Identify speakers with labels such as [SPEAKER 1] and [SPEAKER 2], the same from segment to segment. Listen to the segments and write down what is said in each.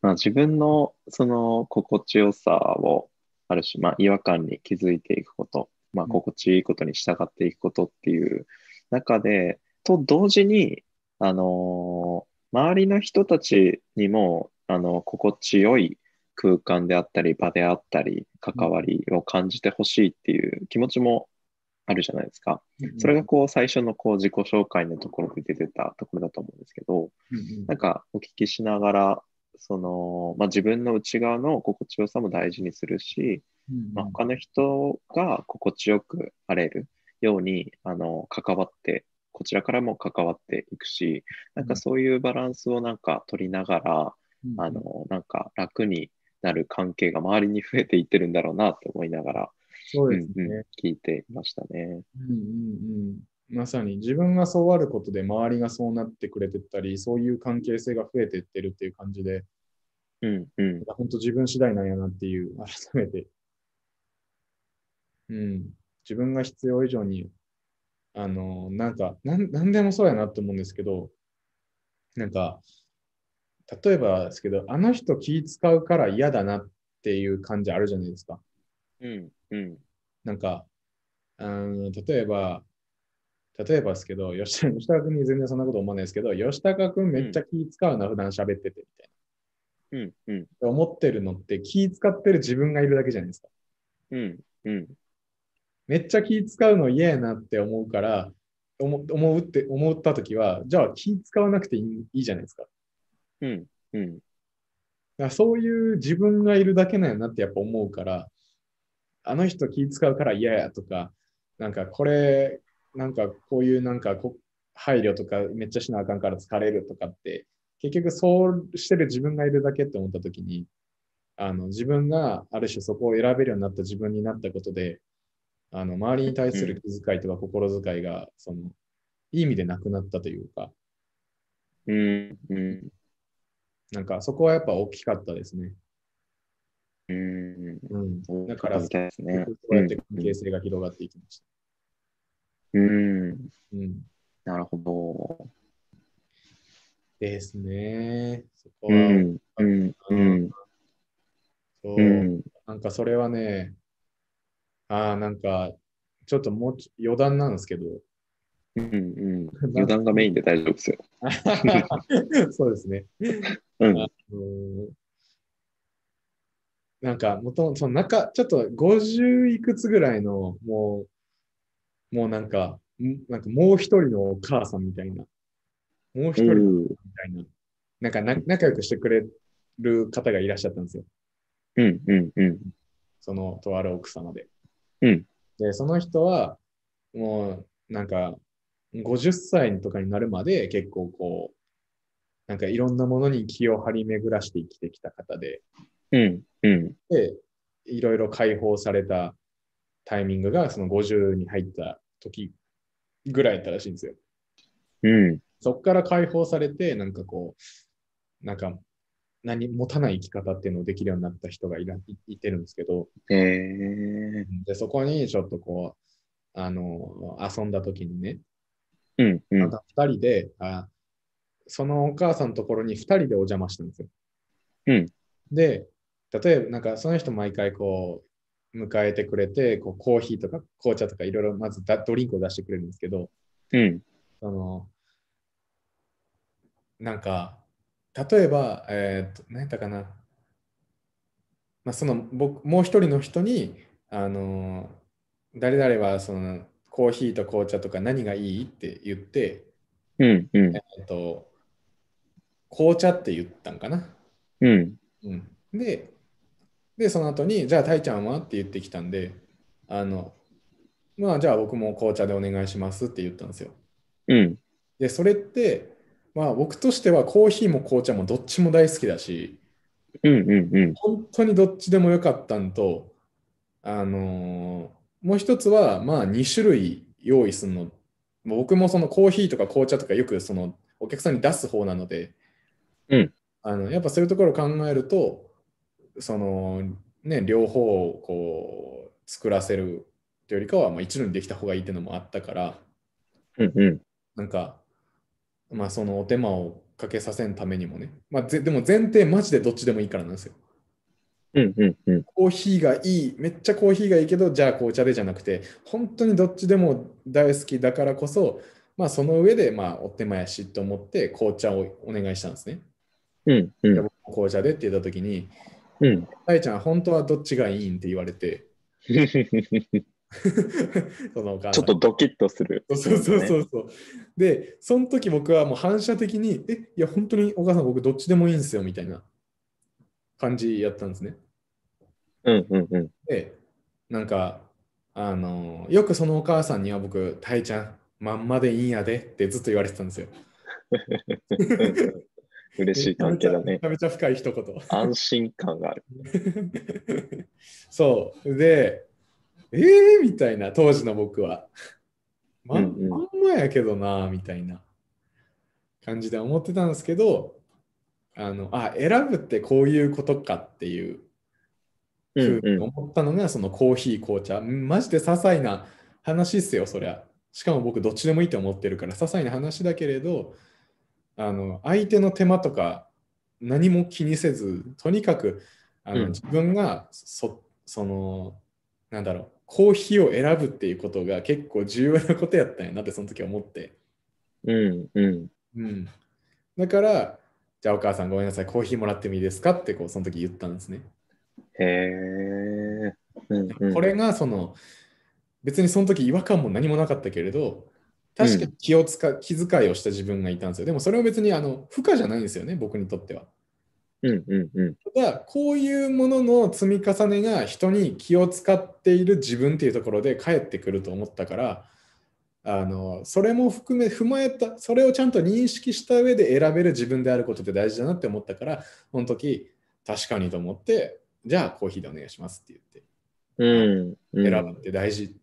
[SPEAKER 1] まあ、自分のその心地よさをある種、まあ、違和感に気づいていくこと、まあ、
[SPEAKER 2] うん
[SPEAKER 1] 心地いいことに従っていくことっていう中で、と同時に、あのー周りの人たちにも、あの、心地よい空間であったり、場であったり、関わりを感じてほしいっていう気持ちもあるじゃないですか。それがこう最初のこう自己紹介のところで出てたところだと思うんですけど、
[SPEAKER 2] うんうん
[SPEAKER 1] なんかお聞きしながら、そのまあ、自分の内側の心地よさも大事にするし、
[SPEAKER 2] うん
[SPEAKER 1] まあ、他の人が心地よくあれるようにあの関わって、こちらからも関わっていくし、なんかそういうバランスをなんか取りながら、
[SPEAKER 2] うん
[SPEAKER 1] あのなんか楽になる関係が周りに増えていってるんだろうなと思いながら、
[SPEAKER 2] そうですね。
[SPEAKER 1] うんうん聞いていましたね。
[SPEAKER 2] うんうんうん、まさに自分がそうあることで周りがそうなってくれてったりそういう関係性が増えてってるっていう感じで
[SPEAKER 1] うんうん、
[SPEAKER 2] 本当自分次第なんやなっていう改めて、うん、自分が必要以上にあのなんかなんなんでもそうやなって思うんですけどなんか例えばですけどあの人気使うから嫌だなっていう感じあるじゃないですか。
[SPEAKER 1] うんうん
[SPEAKER 2] なんか、うーん、例えば、例えばですけど、吉田吉高君に全然そんなこと思わないですけど、吉高君めっちゃ気使うな、普段喋っててみたい
[SPEAKER 1] うんうん
[SPEAKER 2] な。思ってるのって気使ってる自分がいるだけじゃないですか。
[SPEAKER 1] うんうん
[SPEAKER 2] めっちゃ気使うの嫌やなって思うから、思思うって思ったときは、じゃあ気使わなくていいいいじゃないですか。だか
[SPEAKER 1] うんうん
[SPEAKER 2] らそういう自分がいるだけなんやなってやっぱ思うから、あの人気使うから嫌やとか、なんかこれ、なんかこういうなんかこ配慮とかめっちゃしなあかんから疲れるとかって、結局そうしてる自分がいるだけって思った時に、あの自分がある種そこを選べるようになった自分になったことで、あの周りに対する気遣いとか心遣いが、その、いい意味でなくなったというか、
[SPEAKER 1] うんうん
[SPEAKER 2] なんかそこはやっぱ大きかったですね。
[SPEAKER 1] うん
[SPEAKER 2] うん。
[SPEAKER 1] うん
[SPEAKER 2] だから
[SPEAKER 1] みたいですね。
[SPEAKER 2] そうやって関係性が広がっていきました。
[SPEAKER 1] うん、うん
[SPEAKER 2] うん。
[SPEAKER 1] なるほ
[SPEAKER 2] ですね。そこ
[SPEAKER 1] ど。
[SPEAKER 2] は、
[SPEAKER 1] うんうんうん
[SPEAKER 2] そう
[SPEAKER 1] うん
[SPEAKER 2] なんかそれはね、ああ、なんか、ちょっともうちょ余談なんですけど、
[SPEAKER 1] うんうん。余談がメインで大丈夫ですよ。
[SPEAKER 2] そうですね。
[SPEAKER 1] うん
[SPEAKER 2] うーんなんか、もともと、その中、ちょっと50いくつぐらいの、もう、もうなんか、んなんかもう一人のお母さんみたいな、もう
[SPEAKER 1] う
[SPEAKER 2] 一人み
[SPEAKER 1] ん
[SPEAKER 2] たいな、なんかな仲良くしてくれる方がいらっしゃったんですよ。
[SPEAKER 1] うんうんうん
[SPEAKER 2] その、とある奥様で。
[SPEAKER 1] うん
[SPEAKER 2] で、その人は、もう、なんか、50歳とかになるまで結構こう、なんかいろんなものに気を張り巡らして生きてきた方で、
[SPEAKER 1] うんうん
[SPEAKER 2] で、いろいろ解放されたタイミングが、その50に入った時ぐらいだったらしいんですよ。
[SPEAKER 1] うん
[SPEAKER 2] そこから解放されて、なんかこう、なんか、何、持たない生き方っていうのをできるようになった人がいらいいてるんですけど、
[SPEAKER 1] へえ
[SPEAKER 2] で、そこにちょっとこう、あの、遊んだ時にね、
[SPEAKER 1] うんう
[SPEAKER 2] ま
[SPEAKER 1] ん
[SPEAKER 2] た2人で、あそのお母さんのところに2人でお邪魔したんですよ。
[SPEAKER 1] うん
[SPEAKER 2] で、例えば、なんかその人毎回こう、迎えてくれて、こうコーヒーとか紅茶とかいろいろまずだドリンクを出してくれるんですけど、
[SPEAKER 1] うん
[SPEAKER 2] その、なんか、例えば、えーっと、何やったかな。まあ、その、僕、もう一人の人に、あのー、誰々は、その、コーヒーと紅茶とか何がいいって言って、
[SPEAKER 1] うんうん
[SPEAKER 2] えっと、紅茶って言ったんかな。
[SPEAKER 1] うん
[SPEAKER 2] うん、で、で、その後に、じゃあ、たいちゃんはって言ってきたんで、あの、まあ、じゃあ僕も紅茶でお願いしますって言ったんですよ。
[SPEAKER 1] うん
[SPEAKER 2] で、それって、まあ、僕としてはコーヒーも紅茶もどっちも大好きだし、
[SPEAKER 1] うんうんうん
[SPEAKER 2] 本当にどっちでもよかったんと、あのーもう一つは、まあ、2種類用意するの。もう僕もそのコーヒーとか紅茶とかよくそのお客さんに出す方なので、
[SPEAKER 1] うん
[SPEAKER 2] あのやっぱそういうところを考えると、その、ね、両方をこう作らせるというよりかは、まあ、一度にできた方がいいっていうのもあったから、
[SPEAKER 1] うんうん
[SPEAKER 2] なんか、まあ、そのお手間をかけさせんためにもね。まあ、ぜでも前提、マジでどっちでもいいからなんですよ。
[SPEAKER 1] うんうんうん。
[SPEAKER 2] コーヒーがいい、めっちゃコーヒーがいいけど、じゃあ紅茶でじゃなくて、本当にどっちでも大好きだからこそ、まあ、その上で、まあ、お手間やしと思って、紅茶をお願いしたんですね。
[SPEAKER 1] うんう
[SPEAKER 2] で
[SPEAKER 1] ん。
[SPEAKER 2] 僕も紅茶でって言ったときに、
[SPEAKER 1] うん。
[SPEAKER 2] 大ちゃん、本当はどっちがいいんって言われて、 そのお母
[SPEAKER 1] ちょ
[SPEAKER 2] さん
[SPEAKER 1] っとドキッとする。
[SPEAKER 2] そうそうそうそう。で、その時僕はもう反射的に、え、いや、本当にお母さん、僕どっちでもいいんですよ、みたいな感じやったんですね。
[SPEAKER 1] うんうんうん。
[SPEAKER 2] で、なんか、あの、よくそのお母さんには僕、たいちゃん、まんまでいいんやでってずっと言われてたんですよ。
[SPEAKER 1] 嬉しい関係だね
[SPEAKER 2] め。ちゃめちゃめちゃ深い一言。
[SPEAKER 1] 安心感がある。
[SPEAKER 2] そう。で、えー、みたいな、当時の僕は。ま
[SPEAKER 1] うんうん
[SPEAKER 2] まんまやけどな、みたいな感じで思ってたんですけど、あの、あ、選ぶってこういうことかっていう
[SPEAKER 1] う
[SPEAKER 2] ふ
[SPEAKER 1] ん
[SPEAKER 2] う
[SPEAKER 1] う
[SPEAKER 2] に
[SPEAKER 1] ん。
[SPEAKER 2] 思ったのが、そのコーヒー、紅茶。うんマジで些細な話っすよ、そりゃ。しかも僕、どっちでもいいと思ってるから、些細な話だけれど、あの、相手の手間とか、何も気にせず、とにかく、あの
[SPEAKER 1] うん
[SPEAKER 2] 自分がそ、その、なんだろう、コーヒーを選ぶっていうことが結構重要なことやったんやなって、その時思って。
[SPEAKER 1] うんうん。
[SPEAKER 2] うん。だから、じゃあお母さんごめんなさい、コーヒーもらってもいいですかって、こう、その時言ったんですね。
[SPEAKER 1] へえ。うんうん
[SPEAKER 2] これがその別にその時違和感も何もなかったけれど確かに気を使気遣いをした自分がいたんですよでもそれは別にあの負荷じゃないんですよね僕にとっては
[SPEAKER 1] うんうんうん。
[SPEAKER 2] ただこういうものの積み重ねが人に気を使っている自分っていうところで返ってくると思ったからあのそれも含め踏まえたそれをちゃんと認識した上で選べる自分であることって大事だなって思ったからその時確かにと思ってじゃあコーヒーでお願いしますって言って
[SPEAKER 1] うんうん。
[SPEAKER 2] 選ぶって大事って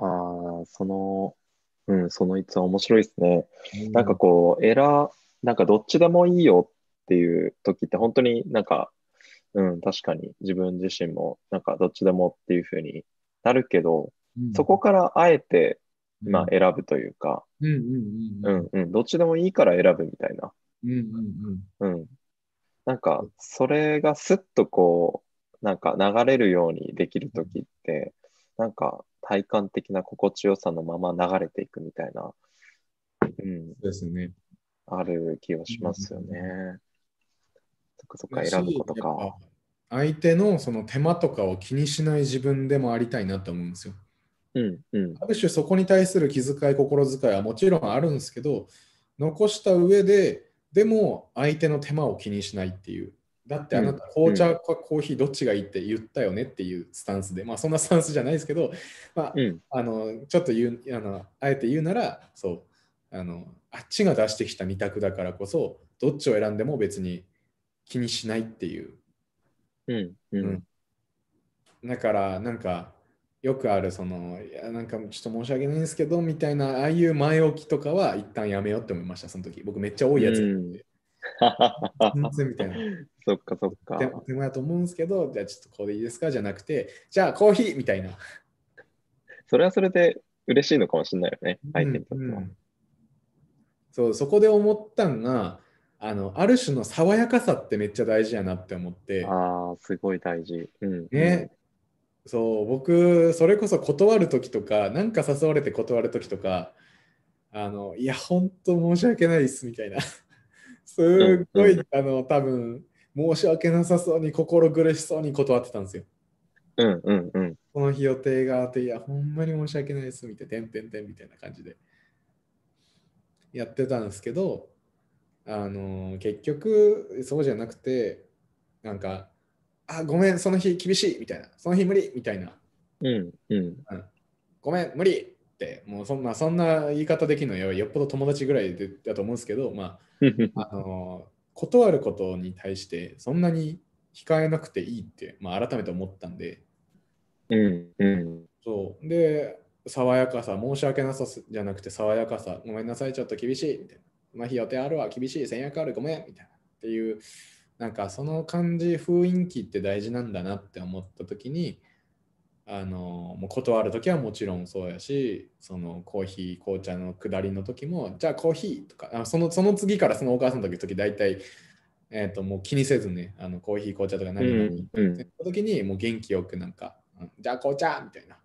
[SPEAKER 1] ああ、その、うん、その逸話面白いですね。な
[SPEAKER 2] な
[SPEAKER 1] んかこう、エラー、なんかどっちでもいいよっていう時って本当になんか、うん、確かに自分自身もなんかどっちでもっていう風になるけど、そこからあえて、まあ選ぶというか、
[SPEAKER 2] うんうん
[SPEAKER 1] う
[SPEAKER 2] うん
[SPEAKER 1] んうん、どっちでもいいから選ぶみたいな。
[SPEAKER 2] うんうん
[SPEAKER 1] うん。なんか、それがスッとこう、なんか流れるようにできるときって、なんか体感的な心地よさのまま流れていくみたいな、うん、
[SPEAKER 2] そうですね。
[SPEAKER 1] ある気はしますよね。そっかそっか、
[SPEAKER 2] だし
[SPEAKER 1] 選ぶこと
[SPEAKER 2] やっ
[SPEAKER 1] か。
[SPEAKER 2] ぱ相手のその手間とかを気にしない自分でもありたいなと思うんですよ。
[SPEAKER 1] うん、うん、
[SPEAKER 2] ある種そこに対する気遣い、心遣いはもちろんあるんですけど、残した上で、でも相手の手間を気にしないっていう。だってあなた紅茶かコーヒーどっちがいいって言ったよねっていうスタンスで、まあそんなスタンスじゃないですけど、まあ、
[SPEAKER 1] うん、
[SPEAKER 2] あのちょっと言うあのあえて言うならそうあのあっちが出してきた2択だからこそどっちを選んでも別に気にしないっていう
[SPEAKER 1] うん、うん、
[SPEAKER 2] だからなんかよくあるそのいやなんかちょっと申し訳ないんですけどみたいなああいう前置きとかは一旦やめようって思いましたその時僕めっちゃ多いやつ
[SPEAKER 1] うん
[SPEAKER 2] 全然みたいな
[SPEAKER 1] そっかそっか
[SPEAKER 2] で。も手間やと思うんですけどじゃあちょっとこれでいいですかじゃなくてじゃあコーヒーみたいな
[SPEAKER 1] それはそれで嬉しいのかもしれないよね、相手にとって
[SPEAKER 2] う
[SPEAKER 1] は。
[SPEAKER 2] んそうそこで思ったんがあのある種の爽やかさってめっちゃ大事やなって思って
[SPEAKER 1] ああ、すごい大事。うん、
[SPEAKER 2] ねそう僕それこそ断る時とかなんか誘われて断る時とかあのいや本当申し訳ないですみたいなすっごい、
[SPEAKER 1] うん
[SPEAKER 2] あの多分申し訳なさそうに心苦しそうに断ってたんですよ。
[SPEAKER 1] うん、うん、うん。
[SPEAKER 2] この日予定があって、いや、ほんまに申し訳ないです、みたいな、てんてんてんみたいな感じでやってたんですけど、あのー結局、そうじゃなくて、なんか、あ、ごめん、その日厳しい、みたいな、その日無理、みたいな、
[SPEAKER 1] うん、うん。
[SPEAKER 2] ごめん、無理って、もうそんな、そんな言い方できるのよ、よっぽど友達ぐらいでだと思うんですけど、まあ、あのー断ることに対して、そんなに控えなくていいって、まあ、改めて思ったんで、
[SPEAKER 1] うん、うん、
[SPEAKER 2] そう。で、爽やかさ、申し訳なさすじゃなくて、爽やかさ、ごめんなさい、ちょっと厳しい、みたいな。まあ、日予定あるわ、厳しい、戦略ある、ごめん、みたいな。っていう、なんかその感じ、雰囲気って大事なんだなって思った時に、あのもう断る時はもちろんそうやしそのコーヒー紅茶の下りの時もじゃあコーヒーとかあそのその次からそのお母さんの時時大体、えー、ともう気にせずねあのコーヒー紅茶とか
[SPEAKER 1] う
[SPEAKER 2] 何々、
[SPEAKER 1] んうん
[SPEAKER 2] その時にもう元気よくなんかうんじゃあ紅茶みたいなっ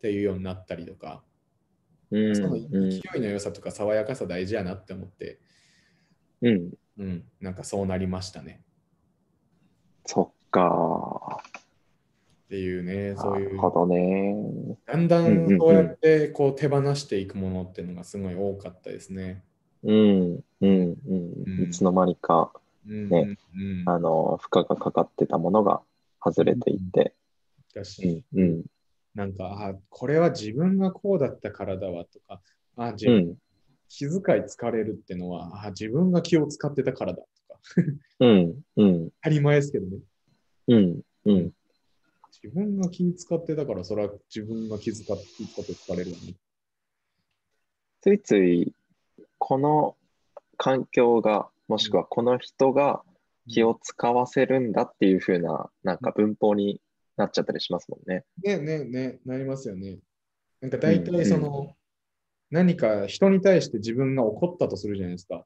[SPEAKER 2] ていうようになったりとか
[SPEAKER 1] うん
[SPEAKER 2] その
[SPEAKER 1] うん
[SPEAKER 2] 勢いの良さとか爽やかさ大事やなって思って、
[SPEAKER 1] うん
[SPEAKER 2] うん、なんかそうなりましたね
[SPEAKER 1] そっか
[SPEAKER 2] っていうね
[SPEAKER 1] ー
[SPEAKER 2] そう
[SPEAKER 1] ないる
[SPEAKER 2] う
[SPEAKER 1] ほどね
[SPEAKER 2] だんだ
[SPEAKER 1] うんうんうん
[SPEAKER 2] んそうやってこう手放していくものっていうのがすごい多かったですね。
[SPEAKER 1] うんうんう
[SPEAKER 2] うん
[SPEAKER 1] んいつの間にか
[SPEAKER 2] うんう
[SPEAKER 1] ね
[SPEAKER 2] んうん、
[SPEAKER 1] あの負荷がかかってたものが外れていて
[SPEAKER 2] だ
[SPEAKER 1] う
[SPEAKER 2] し
[SPEAKER 1] んうん
[SPEAKER 2] なんかあこれは自分がこうだったからだわとかあ自
[SPEAKER 1] う
[SPEAKER 2] 分、
[SPEAKER 1] ん
[SPEAKER 2] 気遣い疲れるってのはあ自分が気を使ってたからだとか
[SPEAKER 1] うんうん
[SPEAKER 2] 当たり前ですけどね
[SPEAKER 1] うんうん
[SPEAKER 2] 自分が気使ってたからそれは自分が気遣って気遣って疲れるよね。
[SPEAKER 1] ついついこの環境がもしくはこの人が気を使わせるんだっていう風ななんか文法になっちゃったりしますもんね。
[SPEAKER 2] ねねねなりますよね。なんか大体その、何か人に対して自分が怒ったとするじゃないですか。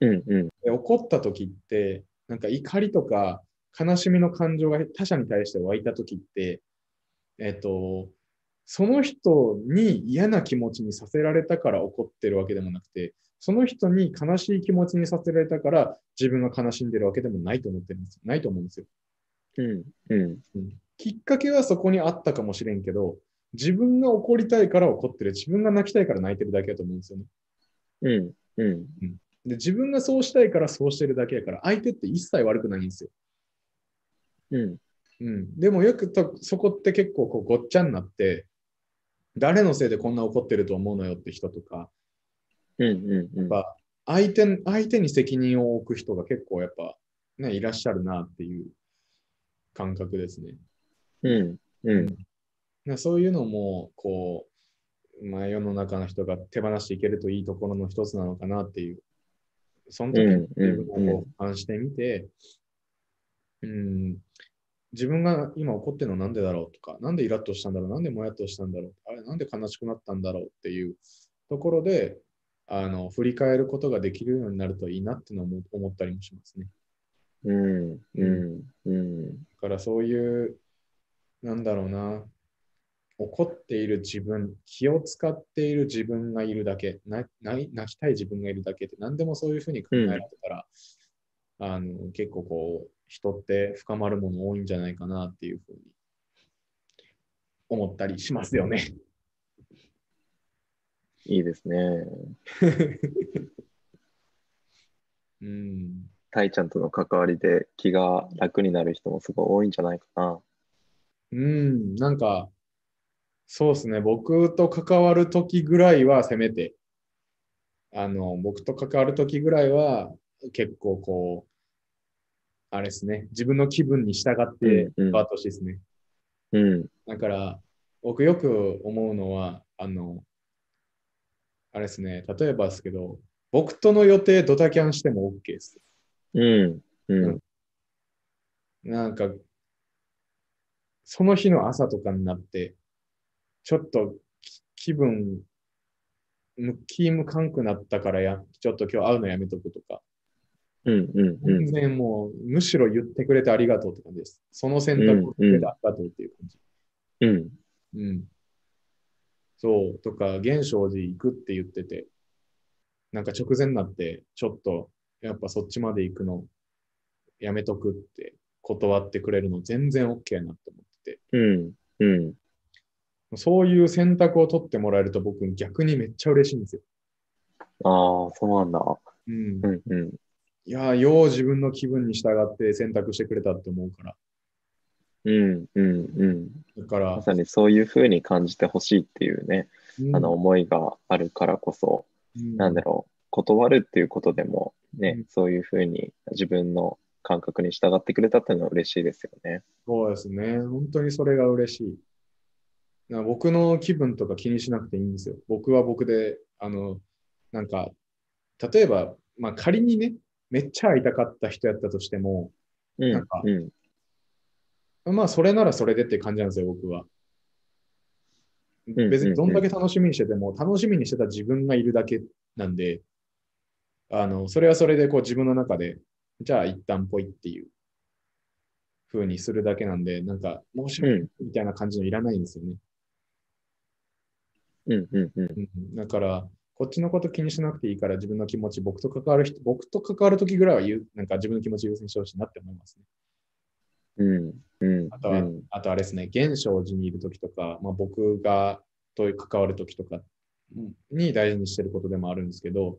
[SPEAKER 1] うんうん
[SPEAKER 2] で怒った時って、なんか怒りとか悲しみの感情が他者に対して湧いた時って、えっ、と、その人に嫌な気持ちにさせられたから怒ってるわけでもなくて、その人に悲しい気持ちにさせられたから自分が悲しんでるわけでもないと思ってるんですないと思うんですよ。
[SPEAKER 1] うんうん
[SPEAKER 2] きっかけはそこにあったかもしれんけど、自分が怒りたいから怒ってる、自分が泣きたいから泣いてるだけだと思うんですよね。
[SPEAKER 1] うんうん
[SPEAKER 2] で、自分がそうしたいからそうしてるだけやから、相手って一切悪くないんですよ。
[SPEAKER 1] うん
[SPEAKER 2] うん。でもよくと、そこって結構こうごっちゃになって、誰のせいでこんな怒ってると思うのよって人とか、
[SPEAKER 1] うんうんうん
[SPEAKER 2] やっぱ相手、相手に責任を置く人が結構やっぱね、いらっしゃるなっていう感覚ですね。
[SPEAKER 1] うんうん
[SPEAKER 2] なそういうのも、こう、まあ、世の中の人が手放していけるといいところの一つなのかなっていう。その時
[SPEAKER 1] うん
[SPEAKER 2] に自分を
[SPEAKER 1] うんう
[SPEAKER 2] こう俯瞰してみて、うん、自分が今怒ってるのなんでだろうとか、なんでイラッとしたんだろう、なんでもやっとしたんだろう、あれなんで悲しくなったんだろうっていうところで、あの振り返ることができるようになるといいなっていうのも思ったりもしますね。
[SPEAKER 1] うんうんうん
[SPEAKER 2] だからそういう、なんだろうな、怒っている自分、気を使っている自分がいるだけ、な泣泣きたい自分がいるだけって、何でもそういうふうに考えられたら、あの結構こう、人って深まるもの多いんじゃないかなっていうふうに思ったりしますよね。
[SPEAKER 1] いいですね。
[SPEAKER 2] うん、
[SPEAKER 1] たいちゃんとの関わりで気が楽になる人もすごい多いんじゃないかな。
[SPEAKER 2] うん、なんか、そうですね、僕と関わるときぐらいは、せめて、あの、僕と関わるときぐらいは、結構こう、あれですね、自分の気分に従って
[SPEAKER 1] うんうん
[SPEAKER 2] バートしてですね。
[SPEAKER 1] うん
[SPEAKER 2] だから、僕よく思うのは、あの、あれですね、例えばですけど、僕との予定ドタキャンしても OK です。
[SPEAKER 1] うんうん
[SPEAKER 2] なんか、その日の朝とかになって、ちょっとき気分、む気むかんくなったからや、ちょっと今日会うのやめとくとか、
[SPEAKER 1] うんうんうん
[SPEAKER 2] 全然もう、むしろ言ってくれてありがとうって感じです。その選択をしてくれてありがとうっていう感じ。
[SPEAKER 1] うん
[SPEAKER 2] うん。そう、とか、現象寺行くって言ってて、なんか直前になって、ちょっと、やっぱそっちまで行くの、やめとくって断ってくれるの全然 OK やなって思って
[SPEAKER 1] うんうん
[SPEAKER 2] て、そういう選択を取ってもらえると僕逆にめっちゃ嬉しいんですよ。
[SPEAKER 1] ああそうなんだ。
[SPEAKER 2] うん
[SPEAKER 1] う。んうん
[SPEAKER 2] いやー、よう自分の気分に従って選択してくれたって思うから。
[SPEAKER 1] うんうんうん。
[SPEAKER 2] だから
[SPEAKER 1] ま、さにそういうふうに感じてほしいっていうね、
[SPEAKER 2] うん
[SPEAKER 1] あの、思いがあるからこそ、
[SPEAKER 2] うん
[SPEAKER 1] なんだろう、断るっていうことでも、ね、
[SPEAKER 2] うん
[SPEAKER 1] そういうふうに自分の感覚に従ってくれたっていうのは嬉しいですよね。
[SPEAKER 2] そうですね。本当にそれが嬉しい。な僕の気分とか気にしなくていいんですよ。僕は僕で、あの、なんか、例えば、まあ仮にね、めっちゃ会いたかった人やったとしても、
[SPEAKER 1] うん
[SPEAKER 2] なんか
[SPEAKER 1] うん
[SPEAKER 2] まあ、それならそれでって感じなんですよ、僕は。
[SPEAKER 1] うん
[SPEAKER 2] 別にどんだけ楽しみにしてても、楽しみにしてた自分がいるだけなんで、あの、それはそれでこう自分の中で、じゃあ一旦ぽいっていう風にするだけなんで、なんか申し訳ないみたいな感じのいらないんですよね。
[SPEAKER 1] うんうんうん。
[SPEAKER 2] うんだから、こっちのこと気にしなくていいから自分の気持ち、僕と関わる人、僕と関わるときぐらいは言う、なんか自分の気持ち優先してほしいなって思いますね。
[SPEAKER 1] うんうん。
[SPEAKER 2] あとは、
[SPEAKER 1] うん
[SPEAKER 2] あとあれですね、現象寺にいるときとか、まあ、僕がと関わるときとかに大事にしてることでもあるんですけど、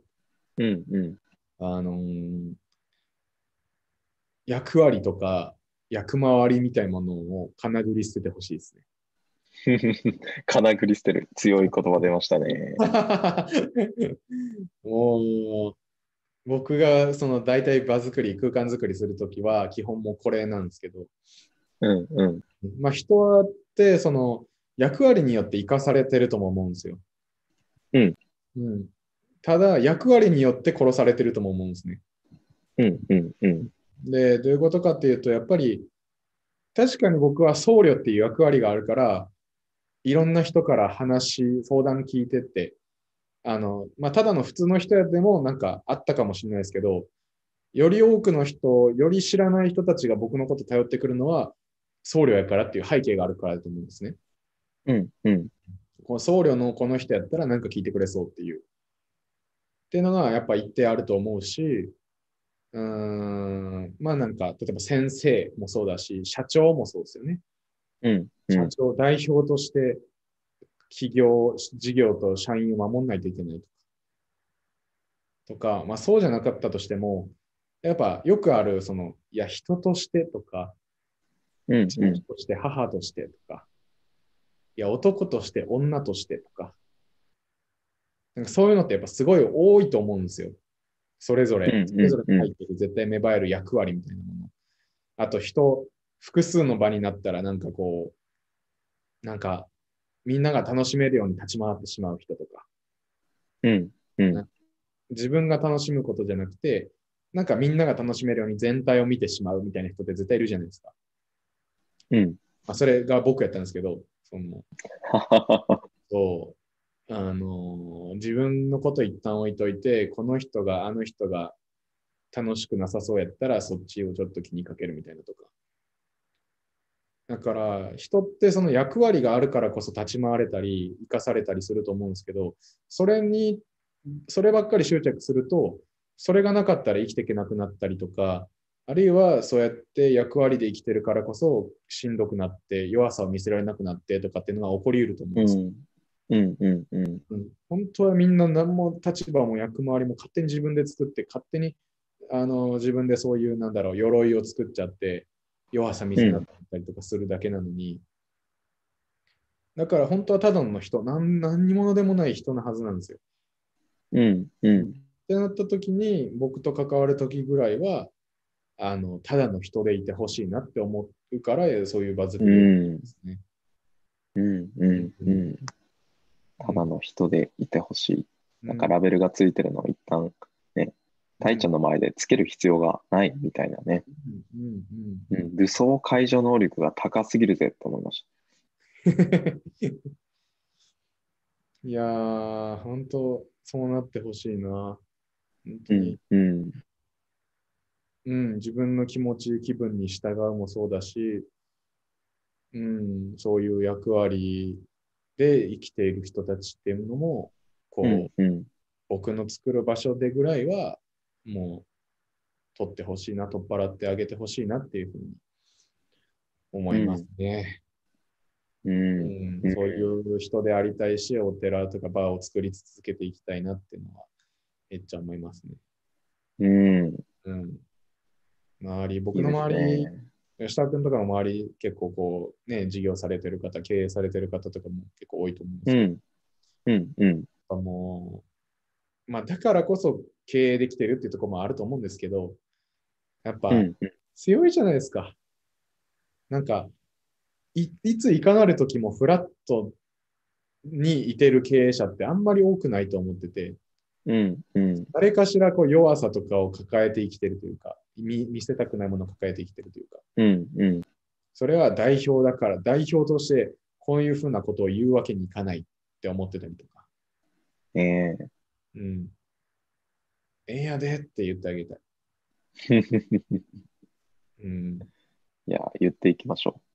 [SPEAKER 1] うんうん。
[SPEAKER 2] あのー役割とか役回りみたいなものをかなぐり捨ててほしいですね。
[SPEAKER 1] 金繰り捨てる。強い言葉出ましたね。
[SPEAKER 2] もう、僕がその大体場作り、空間作りするときは基本もうこれなんですけど、
[SPEAKER 1] うんうん。
[SPEAKER 2] まあ人ってその役割によって生かされてるとも思うんですよ。
[SPEAKER 1] うん。
[SPEAKER 2] うん、ただ役割によって殺されてるとも思うんですね。
[SPEAKER 1] うんうんうん。
[SPEAKER 2] で、どういうことかっていうと、やっぱり、確かに僕は僧侶っていう役割があるから、いろんな人から話、相談聞いてって、あの、まあ、ただの普通の人でもなんかあったかもしれないですけど、より多くの人、より知らない人たちが僕のこと頼ってくるのは、僧侶やからっていう背景があるからだと思うんですね。
[SPEAKER 1] うんうん。
[SPEAKER 2] この僧侶のこの人やったら何か聞いてくれそうっていう。っていうのがやっぱ一定あると思うし、うーん、まあなんか、例えば先生もそうだし、社長もそうですよね。
[SPEAKER 1] うんう
[SPEAKER 2] 社
[SPEAKER 1] ん。
[SPEAKER 2] 長、代表として企業、事業と社員を守らないといけないとか。とか、まあそうじゃなかったとしても、やっぱよくある、その、いや、人としてとか、
[SPEAKER 1] うん
[SPEAKER 2] 父として母としてとか、いや、男として女としてとか、なんかそういうのってやっぱすごい多いと思うんですよ。それぞ
[SPEAKER 1] うんうんう
[SPEAKER 2] れ、
[SPEAKER 1] ん
[SPEAKER 2] それぞれ入ってる、絶対芽生える役割みたいなもの。あと人、複数の場になったらなんかこう、なんかみんなが楽しめるように立ち回ってしまう人とか、
[SPEAKER 1] うんうん。
[SPEAKER 2] 自分が楽しむことじゃなくて、なんかみんなが楽しめるように全体を見てしまうみたいな人って絶対いるじゃないですか。
[SPEAKER 1] うん。
[SPEAKER 2] まあ、それが僕やったんですけど、その、
[SPEAKER 1] ははは。
[SPEAKER 2] と、あのー自分のこと一旦置いといて、この人が、あの人が楽しくなさそうやったら、そっちをちょっと気にかけるみたいなとか。だから、人ってその役割があるからこそ立ち回れたり、生かされたりすると思うんですけど、それに、そればっかり執着すると、それがなかったら生きていけなくなったりとか、あるいはそうやって役割で生きてるからこそ、しんどくなって、弱さを見せられなくなってとかっていうのが起こりうると思うん
[SPEAKER 1] う
[SPEAKER 2] ですよ
[SPEAKER 1] んうんうんうん。
[SPEAKER 2] うん本当はみんな何も立場も役回りも勝手に自分で作って、勝手にあの自分でそういう、なんだろう、鎧を作っちゃって、弱さ見せなかったりとかするだけなのに、だから本当はただの人、なん何者でもない人のはずなんですよ。
[SPEAKER 1] うんうん。
[SPEAKER 2] ってなった時に、僕と関わる時ぐらいは、あのただの人でいてほしいなって思うから、そういうバズ
[SPEAKER 1] う
[SPEAKER 2] り
[SPEAKER 1] ん
[SPEAKER 2] ですね。
[SPEAKER 1] うんうんうん。ただの人でいてほしい。なんかラベルがついてるのを一旦ね、大ちゃんの前でつける必要がないみたいなね。
[SPEAKER 2] うんうんうん
[SPEAKER 1] うん、武装解除能力が高すぎるぜって思いまし
[SPEAKER 2] いやー、本当、そうなってほしいな。本
[SPEAKER 1] た。
[SPEAKER 2] 当
[SPEAKER 1] うん
[SPEAKER 2] に、
[SPEAKER 1] うん
[SPEAKER 2] うん、自分の気持ち、気分に従うもそうだし、うん、そういう役割で生きている人たちっていうのも、こ
[SPEAKER 1] う
[SPEAKER 2] う、
[SPEAKER 1] んうん
[SPEAKER 2] 僕の作る場所でぐらいは、もう、取ってほしいな、取っ払ってあげてほしいなっていうふうに思いますね。
[SPEAKER 1] うん
[SPEAKER 2] うんそういう人でありたいし、お寺とかバーを作り続けていきたいなっていうのは、めっちゃ思いますね。
[SPEAKER 1] うん
[SPEAKER 2] うん。周り、僕
[SPEAKER 1] いい
[SPEAKER 2] の
[SPEAKER 1] です
[SPEAKER 2] 周り、
[SPEAKER 1] ね
[SPEAKER 2] 吉田君とかの周り、結構こう、ね、事業されてる方、経営されてる方とかも結構多いと思うんで
[SPEAKER 1] う
[SPEAKER 2] すけど、
[SPEAKER 1] んうんうん
[SPEAKER 2] やっぱもう、まあ、だからこそ経営できてるっていうところもあると思うんですけど、やっぱ
[SPEAKER 1] うん
[SPEAKER 2] 強いじゃないですか。なんか、いいついかなる時もフラットにいてる経営者ってあんまり多くないと思ってて、
[SPEAKER 1] うんうん
[SPEAKER 2] 誰かしらこう弱さとかを抱えて生きてるというか、見見せたくないものを抱えて生きてるというか、
[SPEAKER 1] うんうん
[SPEAKER 2] それは代表だから、代表としてこういうふうなことを言うわけにいかないって思ってたりとか、
[SPEAKER 1] ええ
[SPEAKER 2] うん。ええやでって言って あげたい。うん。
[SPEAKER 1] いや、言っていきましょう。